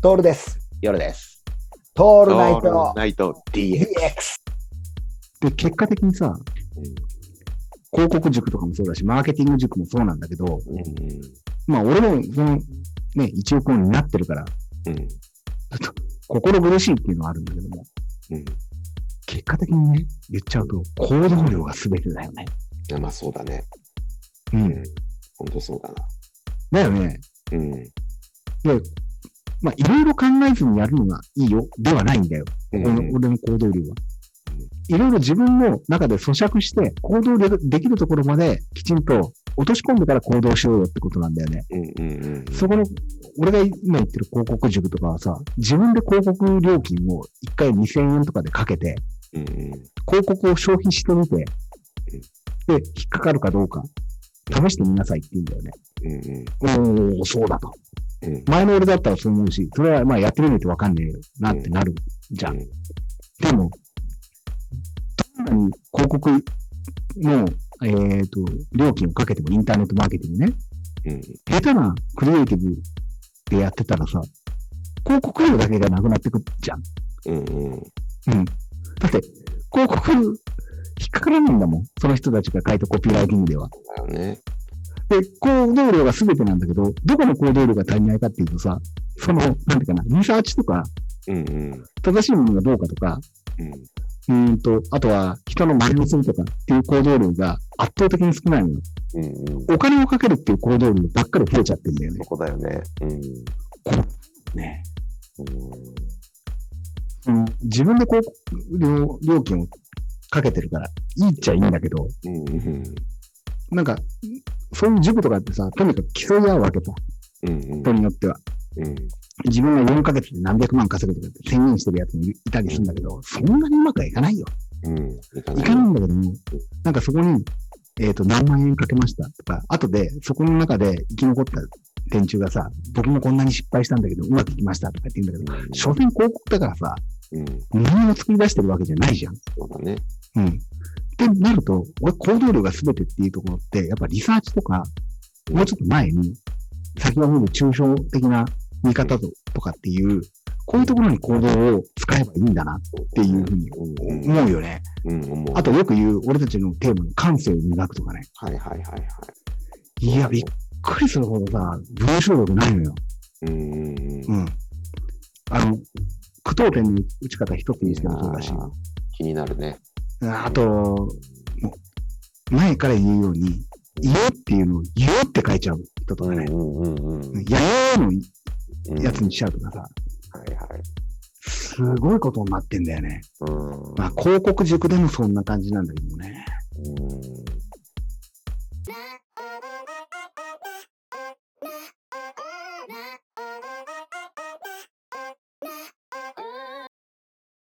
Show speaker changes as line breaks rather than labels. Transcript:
トールです。
夜です。
ト
オ
ールナイト
ナイト DX。
DX。
で、結果的にさ、広告塾とかもそうだし、マーケティング塾もそうなんだけど、
うん
まあ、俺も、その、ね、一億音になってるから、
うん
心苦しいっていうのはあるんだけども、
うん
結果的にね、言っちゃうと、行動量が全てだよね。
いやまあそうだね。
うん。
本当そうだな。
だよね。
うん
まあ、いろいろ考えずにやるのがいいよ、ではないんだよ。
うん
俺の俺の行動量は。いろいろ自分の中で咀嚼して、行動でできるところまできちんと落とし込んでから行動しようよってことなんだよね。
うんうんうん
そこの、俺が今言ってる広告塾とかはさ、自分で広告料金を1回2000円とかでかけて、
うんうん
広告を消費してみて、で、引っかかるかどうか、試してみなさいって言うんだよね。
うん
おー、そうだと。
うん
前の俺だったらそう思うし、それはまあやってみないとわかんねえよなってなるじゃん。
うん
でも、どんなに広告の、えっ、と、料金をかけてもインターネットマーケティングね、
うん
下手なクリエイティブでやってたらさ、広告料だけがなくなってくじゃん。
うんうん
うん。だって、広告引っかからないんだもん。その人たちが書いたコピーライティングでは。
だよね。
で、行動量が全てなんだけど、どこの行動量が足りないかっていうとさ、その、なんていうかな、リサーチとか、
うんうん
正しいものがどうかとか、
うん
うーんと、あとは人の真似をするとかっていう行動量が圧倒的に少ないのよ。
うんうん
お金をかけるっていう行動量ばっかり増えちゃってるんだよね
そ。こだよね。うん
ね
うん
うん、自分でこう、料料金をかけてるから、いいっちゃいいんだけど、
うんうん
なんか、そういう塾とかってさ、とにかく競い合うわけさ、
うんうん
人によっては。
うん
自分が4ヶ月で何百万稼ぐとかって宣言してるやつもいたりするんだけど、そんなにうまくはいかないよ。
うんいか
いかないんだけども、なんかそこに、えっ、と、何万円かけましたとか、後で、そこの中で生き残った連中がさ、僕もこんなに失敗したんだけど、うまくいきましたとかって言うんだけど、
うん
所詮広告だからさ、
うん
日本を作り出してるわけじゃないじゃん。
そうだね。
うん。ってなると、俺、行動量が全てっていうところって、やっぱリサーチとか、もうちょっと前に、先ほどの抽象的な見方ととかっていう、こういうところに行動を使えばいいんだなっていうふうに
うんうん
思うよね。
うん思う
あとよく言う、俺たちのテーマの感性を磨くとかね。
はいはいはいはい
や、びっくりするほどさ、文章力ないのよ。
い。うんうんうん
うん。あの、句読点の打ち方一つにしてもそうだし
いや、ー気になるね。
ああと、もう前から言うように、言えっていうのを言えって書いちゃう人とかね、
うんうんうん
やえーの
うん
やつにしちゃうとかさ、
はいはい。
すごいことになってんだよね。
うん
まあ、広告塾でもそんな感じなんだけどね。
うん